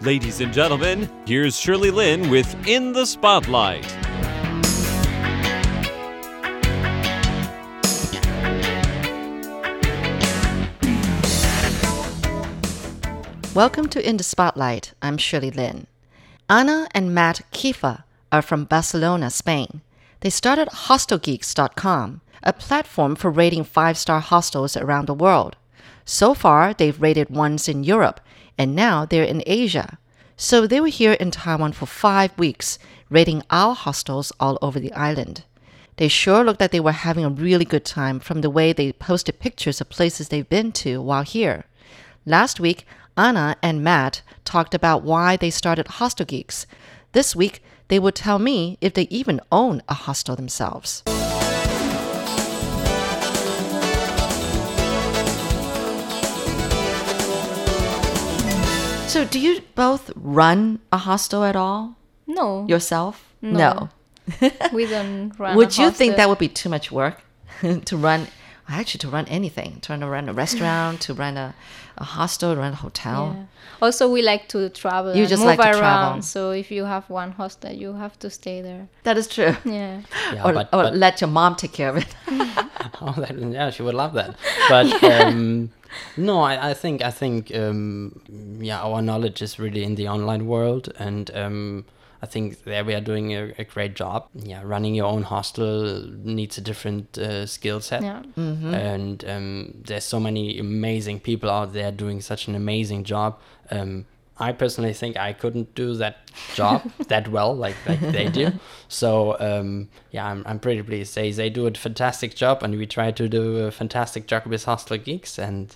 Ladies and gentlemen, here's Shirley Lynn with In the Spotlight. Welcome to In the Spotlight. I'm Shirley Lin. Anna and Matt Kifa are from Barcelona, Spain. They started HostelGeeks.com, a platform for rating five star hostels around the world. So far, they've rated ones in Europe, and now they're in Asia. So they were here in Taiwan for five weeks, rating our hostels all over the island. They sure looked like they were having a really good time from the way they posted pictures of places they've been to while here. Last week, Anna and Matt talked about why they started Hostel Geeks. This week, they will tell me if they even own a hostel themselves. So, do you both run a hostel at all No, yourself? No. we don't run. Would a you think that hostel. would be too much work to run? Actually, to run anything, to run a restaurant, to run a, a hostel, run a hotel. Yeah. Also, we like to travel. You and just move like to around. travel. So if you have one hostel, you have to stay there. That is true. Yeah. Yeah, or but, or but- let your mom take care of it. oh, that, yeah, she would love that. But um, no, I, I think I think um, yeah, our knowledge is really in the online world, and um, I think there we are doing a, a great job. Yeah, running your own hostel needs a different uh, skill set, Yeah. and um, there's so many amazing people out there doing such an amazing job. Um, I personally think I couldn't do that job that well, like like they do. So um, yeah, I'm, I'm pretty pleased. They they do a fantastic job, and we try to do a fantastic job with Hostel Geeks, and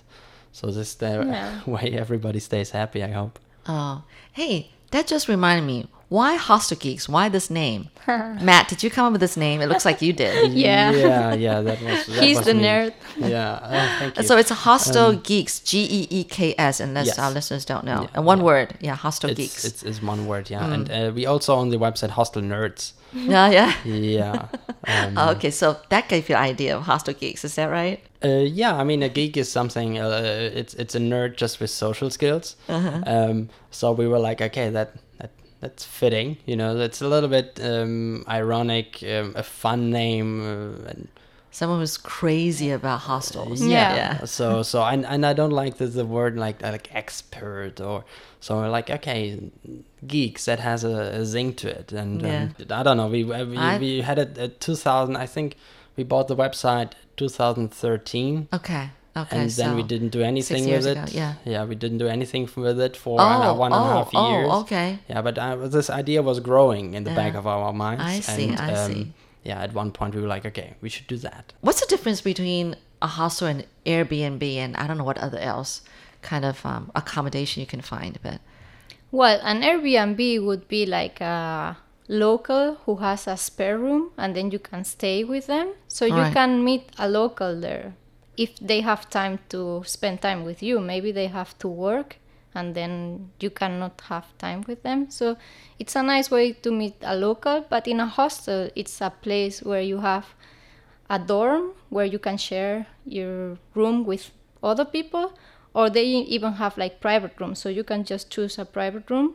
so this is the Yeah. way everybody stays happy. I hope. Oh, hey, that just reminded me. Why Hostel Geeks? Why this name? Matt, did you come up with this name? It looks like you did. Yeah. yeah, yeah. That was. That He's was the me. nerd. Yeah. Oh, thank you. So it's Hostel Geeks, G E E K S, unless Yes. our listeners don't know. Yeah, and one yeah. word, yeah, Hostel it's, Geeks. It's, it's one word, yeah. Mm. And uh, we also on the website Hostel Nerds. yeah, yeah. Oh, Yeah. Um, okay, so that gave you an idea of Hostel Geeks, is that right? Uh, yeah, I mean, a geek is something. Uh, it's it's a nerd just with social skills. Uh-huh. Um, so we were like, okay, that that that's fitting. You know, that's a little bit um, ironic, um, a fun name. Uh, and Someone who's crazy about hostels. Yeah. yeah. so so and, and I don't like the, the word like uh, like expert or so we're like okay geeks that has a, a zing to it and Yeah. um, I don't know we we, I- we had it at 2000 I think we bought the website 2013 Okay, okay. and then so. we didn't do anything years with ago, it. yeah. yeah, we didn't do anything f- with it for Oh, uh, one and a oh, half oh, years. okay. Yeah, but I, this idea was growing in the back Yeah. of our minds. I see, And, um, I see. Yeah, at one point we were like, okay, we should do that. What's the difference between a hostel and Airbnb and I don't know what other else kind of um, accommodation you can find, but Well, an Airbnb would be like a local who has a spare room and then you can stay with them. So you Right. can meet a local there if they have time to spend time with you. Maybe they have to work and then you cannot have time with them. So it's a nice way to meet a local, but in a hostel, it's a place where you have a dorm where you can share your room with other people or they even have like private rooms so you can just choose a private room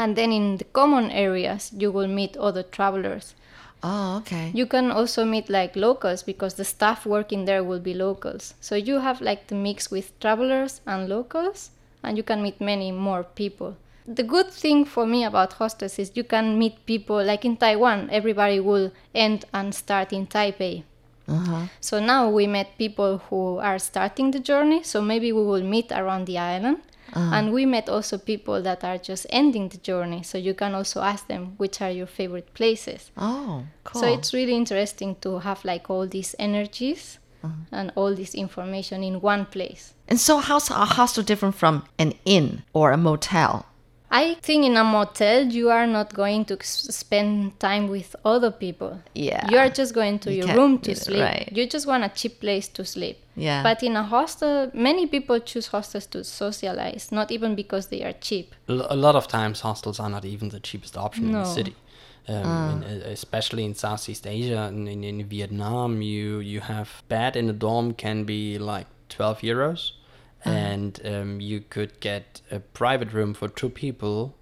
and then in the common areas you will meet other travelers oh, okay. you can also meet like locals because the staff working there will be locals so you have like the mix with travelers and locals and you can meet many more people the good thing for me about hostels is you can meet people like in taiwan everybody will end and start in taipei Uh-huh. so now we met people who are starting the journey, so maybe we will meet around the island. And we met also people that are just ending the journey, so you can also ask them which are your favorite places. Oh, cool. So it's really interesting to have like all these energies Uh-huh. and all this information in one place. and so how's a hostel different from an inn or a motel? I think in a motel you are not going to s- spend time with other people. Yeah. You are just going to You your can't room to do that, sleep. right. You just want a cheap place to sleep. Yeah. But in a hostel, many people choose hostels to socialize, not even because they are cheap. Uh, L- a lot of times hostels are not even the cheapest option in the No. city um, in- uh, especially in southeast asia and in, in vietnam you you have bed in a dorm can be like 12 euros and um, you could get a private room for two people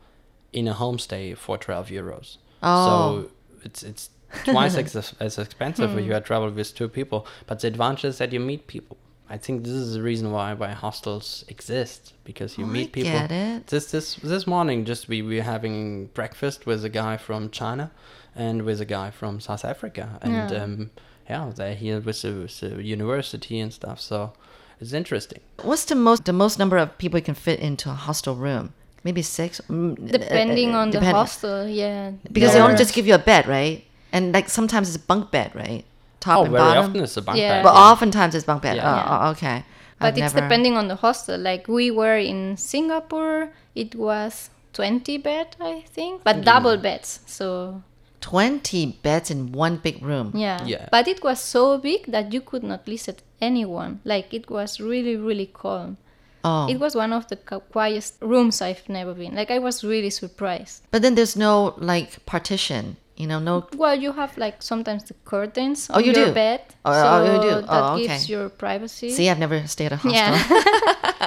in a homestay for 12 euros. Oh. So it's it's twice as, as expensive if you had traveled with two people. But the advantage is that you meet people. I think this is the reason why why hostels exist because you Oh, I meet people. get it. This this this morning, just we we were having breakfast with a guy from China, and with a guy from South Africa, and Yeah. um, yeah, they're here with the, with the university and stuff. So it's interesting. What's the most the most number of people you can fit into a hostel room? Maybe six. Mm, uh, uh, Depending on the depend- hostel, yeah. Because they only Or- just give you a bed, right? And like sometimes it's a bunk bed, right? Top Oh, and very bottom. often it's a bunk Yeah. bed. but yeah. oftentimes it's bunk bed. Yeah. Oh, Yeah. oh, okay. But I've it's never- depending on the hostel. Like we were in Singapore, it was 20 bed, I think, but Mm-hmm. double beds. So Twenty beds in one big room. yeah. Yeah. But it was so big that you could not listen anyone. Like it was really, really calm. Oh, It was one of the cu- quietest rooms I've never been. Like I was really surprised. but then there's no like partition. You know, no. Well, you have like sometimes the curtains Oh, on you your do? bed, Oh, so oh, you do? that Oh, gives okay. your privacy. See, I've never stayed at a hostel. yeah,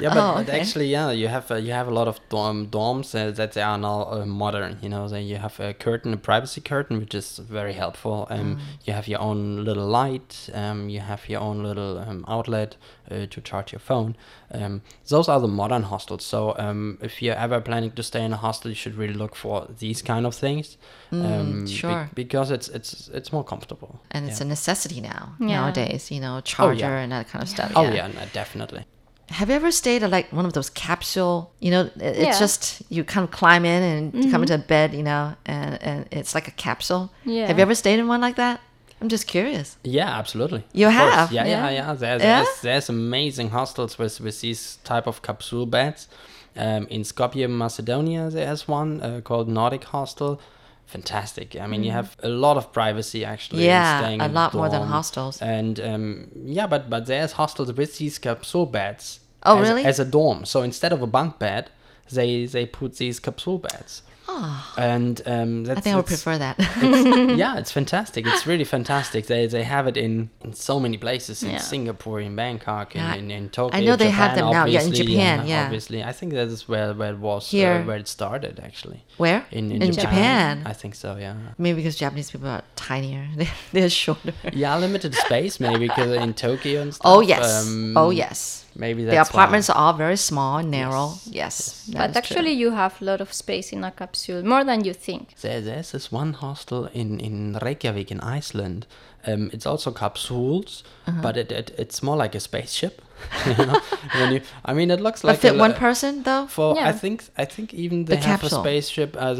Yeah, but, Oh, but okay. actually, yeah, you have uh, you have a lot of dorm, dorms uh, that they are now uh, modern. You know, that you have a curtain, a privacy curtain, which is very helpful. Um, Mm. you have your own little light. Um, you have your own little um, outlet uh, to charge your phone. Um, those are the modern hostels. So, um, if you're ever planning to stay in a hostel, you should really look for these kind of things. um, be- Mm, sure. Uh, because it's it's it's more comfortable. And it's Yeah. a necessity now Yeah. nowadays. You know, charger and that kind of stuff. oh yeah, no, definitely. Have you ever stayed at like one of those capsule? You know, it- it's Yeah. Mm-hmm. just you kind of climb in and come into a bed, you know, and, and it's like a capsule. Yeah. Have you ever stayed in one like that? I'm just curious. Yeah, absolutely. You Of course. have? Yeah, yeah, Yeah. yeah. There- There's, Yeah? There's, amazing hostels with, with these type of capsule beds. Um, in Skopje, Macedonia, there's one uh, called Nordic Hostel. Fantastic. I mean, you have a lot of privacy actually. in Mm. Yeah, staying a in lot more than dorm. hostels. And um, yeah, but but there's hostels with these capsule beds. Oh, as- really? As a dorm. So instead of a bunk bed, they they put these capsule beds. Oh. And um, that's Ah. I think I would that's- prefer that. Mm-hmm. it's- yeah, it's fantastic. It's really fantastic. They they have it in, in so many places in Yeah. Singapore, in Bangkok, in, Yeah, in, in Tokyo. I know they have Japan, them now. Yeah, in obviously, Japan, and yeah. obviously. I think that is where where it was Here. Uh, where it started actually. Where? In in, In Japan, Japan. I think so. Yeah. Maybe because Japanese people are tinier, they're shorter. Yeah, limited space maybe because in Tokyo and stuff. Oh yes, um, oh yes. Maybe The that's why. apartments are all very small and narrow. Yes, that but is true. actually you have a lot of space in a capsule, more than you think. There, eh, there's this one hostel in, in Reykjavik in Iceland. Um, it's also capsules, Uh-huh. but it, it it's more like a spaceship. you know? when you, I mean, it looks but like fit a, one li- person though. For I Yeah. think I think even The they have capsule. a spaceship as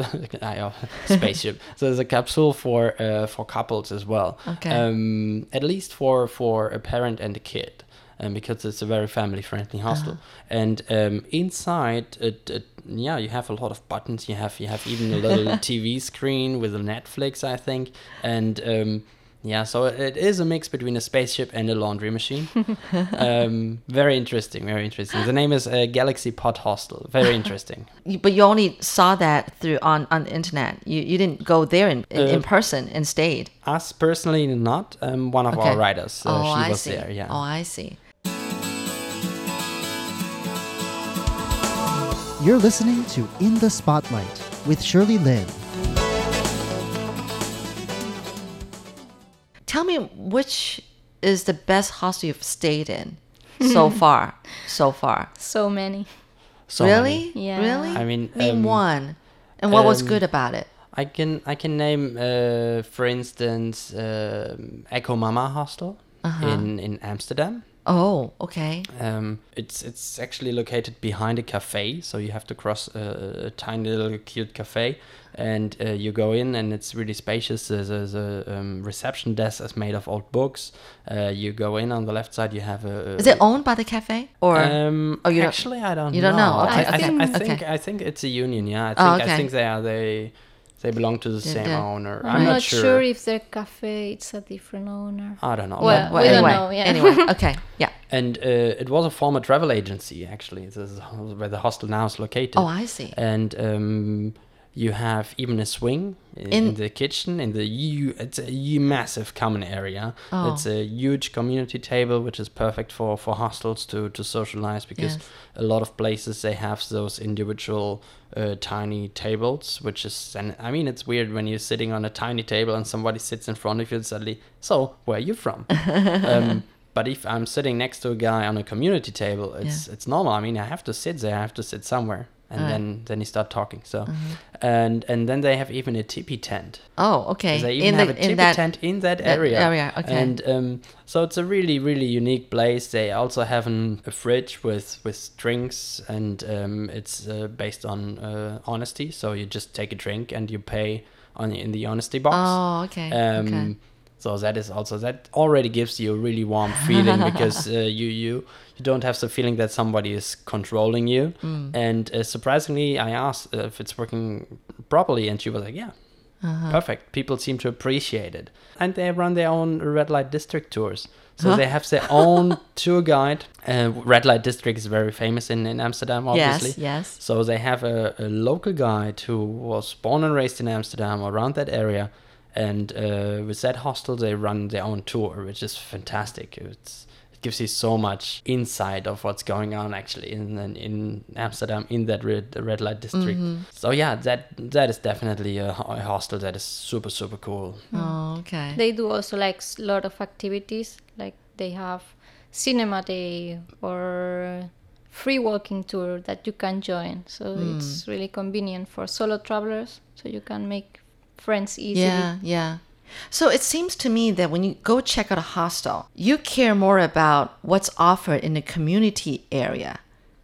I oh, spaceship. so there's a capsule for uh, for couples as well. Okay. Um, at least for for a parent and a kid, um, because it's a very family friendly hostel. And um, inside, it, it, yeah, you have a lot of buttons. You have you have even a little TV screen with a Netflix, I think, and. Um, yeah, so it is a mix between a spaceship and a laundry machine. um, very interesting, very interesting. The name is uh, Galaxy Pod Hostel. Very interesting. You- but you only saw that through on on the internet. You you didn't go there in in, in Uh, person and stayed. Us personally, not um, one of Okay. our writers. Uh, oh, she I was see. there. Yeah. Oh, I see. You're listening to In the Spotlight with Shirley Lynn. Tell me which is the best hostel you've stayed in so far. So far. So many. So really? many. Yeah. Really? I mean, name um, one. And what was um, good about it? I can I can name, uh, for instance, um Echo Mama Hostel Uh-huh. in in Amsterdam. Oh, okay. Um, it's it's actually located behind a cafe, so you have to cross a, a tiny little cute cafe, and uh, you go in, and it's really spacious. There's a, there's a um, reception desk is made of old books. Uh, you go in on the left side, you have a. Is it owned by the cafe or? uh, Um, Oh, you don't- actually, I don't. you don't know. I, Okay, I, thi- I okay. think I think it's a union. Yeah, I think Oh, okay. I think they are they they belong to the They're same the- owner. I'm, not, sure. if their cafe it's a different owner. Uh, I don't know. Well, But- we don't anyway, know, yeah. anyway, okay, yeah. and uh, it was a former travel agency actually this is where the hostel now is located Oh, I see. and um, You have even a swing in, In- in, the kitchen in the you. It's a hu- massive common area. Oh. It's a huge community table, which is perfect for for hostels to to socialize because Yes. a lot of places they have those individual uh, tiny tables, which is and I mean it's weird when you're sitting on a tiny table and somebody sits in front of you and suddenly, so where are you from? um, but if I'm sitting next to a guy on a community table, it's it's normal. I mean, I have to sit there. I have to sit somewhere, and then then you start talking. So, and and then they have even a tippy tent. Oh, Because okay. They even have a tippy tent in that, that area. area, okay. And um, so it's a really, really unique place. They also have an, a fridge with, with drinks, and um, it's uh, based on uh, honesty. So you just take a drink and you pay on in the honesty box. Oh, okay. Um, okay. So that is also that already gives you a really warm feeling because uh, you you you don't have the feeling that somebody is controlling you. Mm. And uh, surprisingly, I asked uh, if it's working properly, and she was like, "Yeah, Uh-huh. perfect." People seem to appreciate it, and they run their own red light district tours. So they have their own tour guide. Uh, red light district is very famous in, in Amsterdam, Yes, obviously. yes. So they have a, a local guide who was born and raised in Amsterdam, around that area, and uh, with that hostel they run their own tour, which is fantastic. It's it gives you so much insight of what's going on actually in in, in Amsterdam in that red red light district. So yeah, that that is definitely a, ho- a hostel that is super super cool. Oh, okay. They do also like a lot of activities, like they have cinema day or free walking tour that you can join. So Hmm. it's really convenient for solo travelers, so you can make friends easily. Yeah, yeah. So it seems to me that when you go check out a hostel, you care more about what's offered in the community area,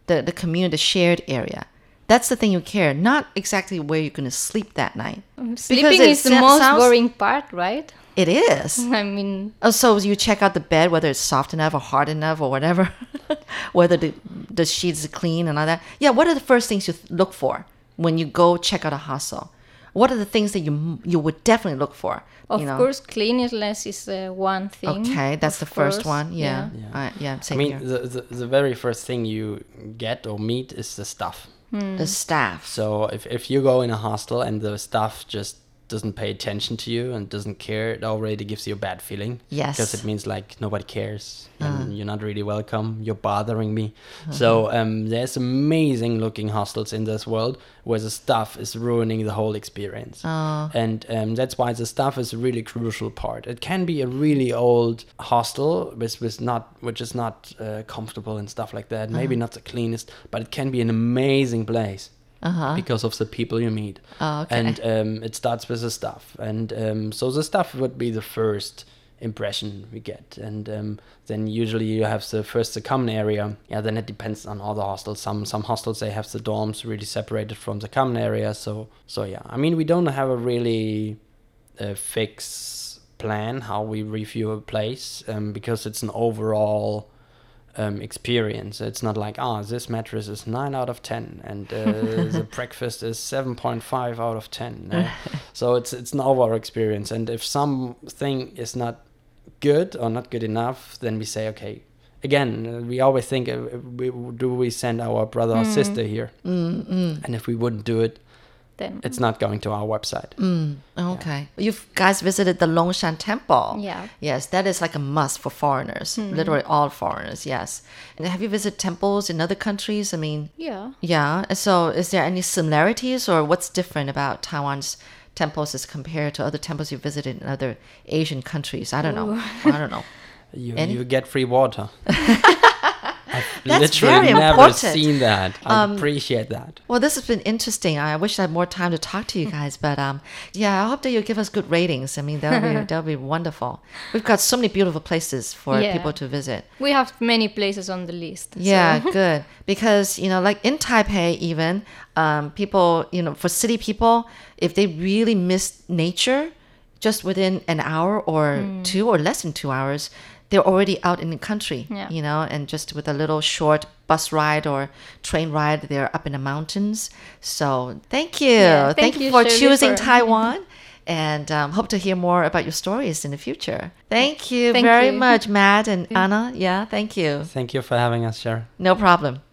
the the community the shared area. That's the thing you care, not exactly where you're going to sleep that night. Mm, Mm-hmm. Sleeping it is the sa- most sounds- boring part, right? It is. I mean, Oh, so you check out the bed, whether it's soft enough or hard enough or whatever, whether the, the sheets are clean and all that. Yeah, what are the first things you th- look for when you go check out a hostel? What are the things that you m- you would definitely look for? of you know? course, cleanliness is uh, one thing. Okay, that's the of first course, one. Yeah, yeah. yeah. Uh, yeah I same here. mean, the, the the very first thing you get or meet is the stuff. Mm. The staff. So if, if you go in a hostel and the staff just doesn't pay attention to you and doesn't care, it already gives you a bad feeling. Yes. Because it means like nobody cares Mm-hmm. and you're not really welcome. You're bothering me. So um, there's amazing looking hostels in this world where the staff is ruining the whole experience. Oh. And um, that's why the staff is a really crucial part. It can be a really old hostel with, with not which is not uh, comfortable and stuff like that. Uh-huh. Maybe not the cleanest, but it can be an amazing place because of the people you meet. Uh-huh. Oh, okay. And um, it starts with the stuff. And um, so the stuff would be the first impression we get. And um, then usually you have the first the common area. Yeah, then it depends on all the hostels. Some some hostels they have the dorms really separated from the common area. So so yeah, I mean we don't have a really uh, fixed plan how we review a place um, because it's an overall um, experience. It's not like, ah, this mattress is 9 out of 10 and uh, the breakfast is 7.5 out of 10. uh, so it's, it's an overall experience. And if something is not good or not good enough, then we say, okay, again, uh, we always think, uh, we, do we send our brother Hmm. or sister here? mm And if we wouldn't do it, Then it's not going to our website. Mm. Okay. you You guys visited the Longshan Temple. Yeah. Hmm. Yes, that is like a must for foreigners, literally all foreigners. Yes. And have you visited temples in other countries? I mean, yeah. yeah. So is there any similarities or what's different about Taiwan's temples as compared to other temples you visited in other Asian countries? I don't know. I don't know. You, Any- you get free water. I've That's literally very never important. Um, seen that. I appreciate that. Well, this has been interesting. I wish I had more time to talk to you guys, but um, yeah, I hope that you give us good ratings. I mean, that'll be that'll be wonderful. We've got so many beautiful places for Yeah. people to visit. We have many places on the list. so- Yeah, good because you know, like in Taipei, even um, people, you know, for city people, if they really miss nature, just within an hour or Hmm. two or less than two hours, they're already out in the country. Yeah. You know, and just with a little short bus ride or train ride, they're up in the mountains. So thank you, Yeah, thank, thank you, you, for Shirley, choosing for- Taiwan. And um, hope to hear more about your stories in the future. Thank you Thank very you. much, Matt and Anna. Yeah, thank you. Thank you for having us, Sharon. No problem.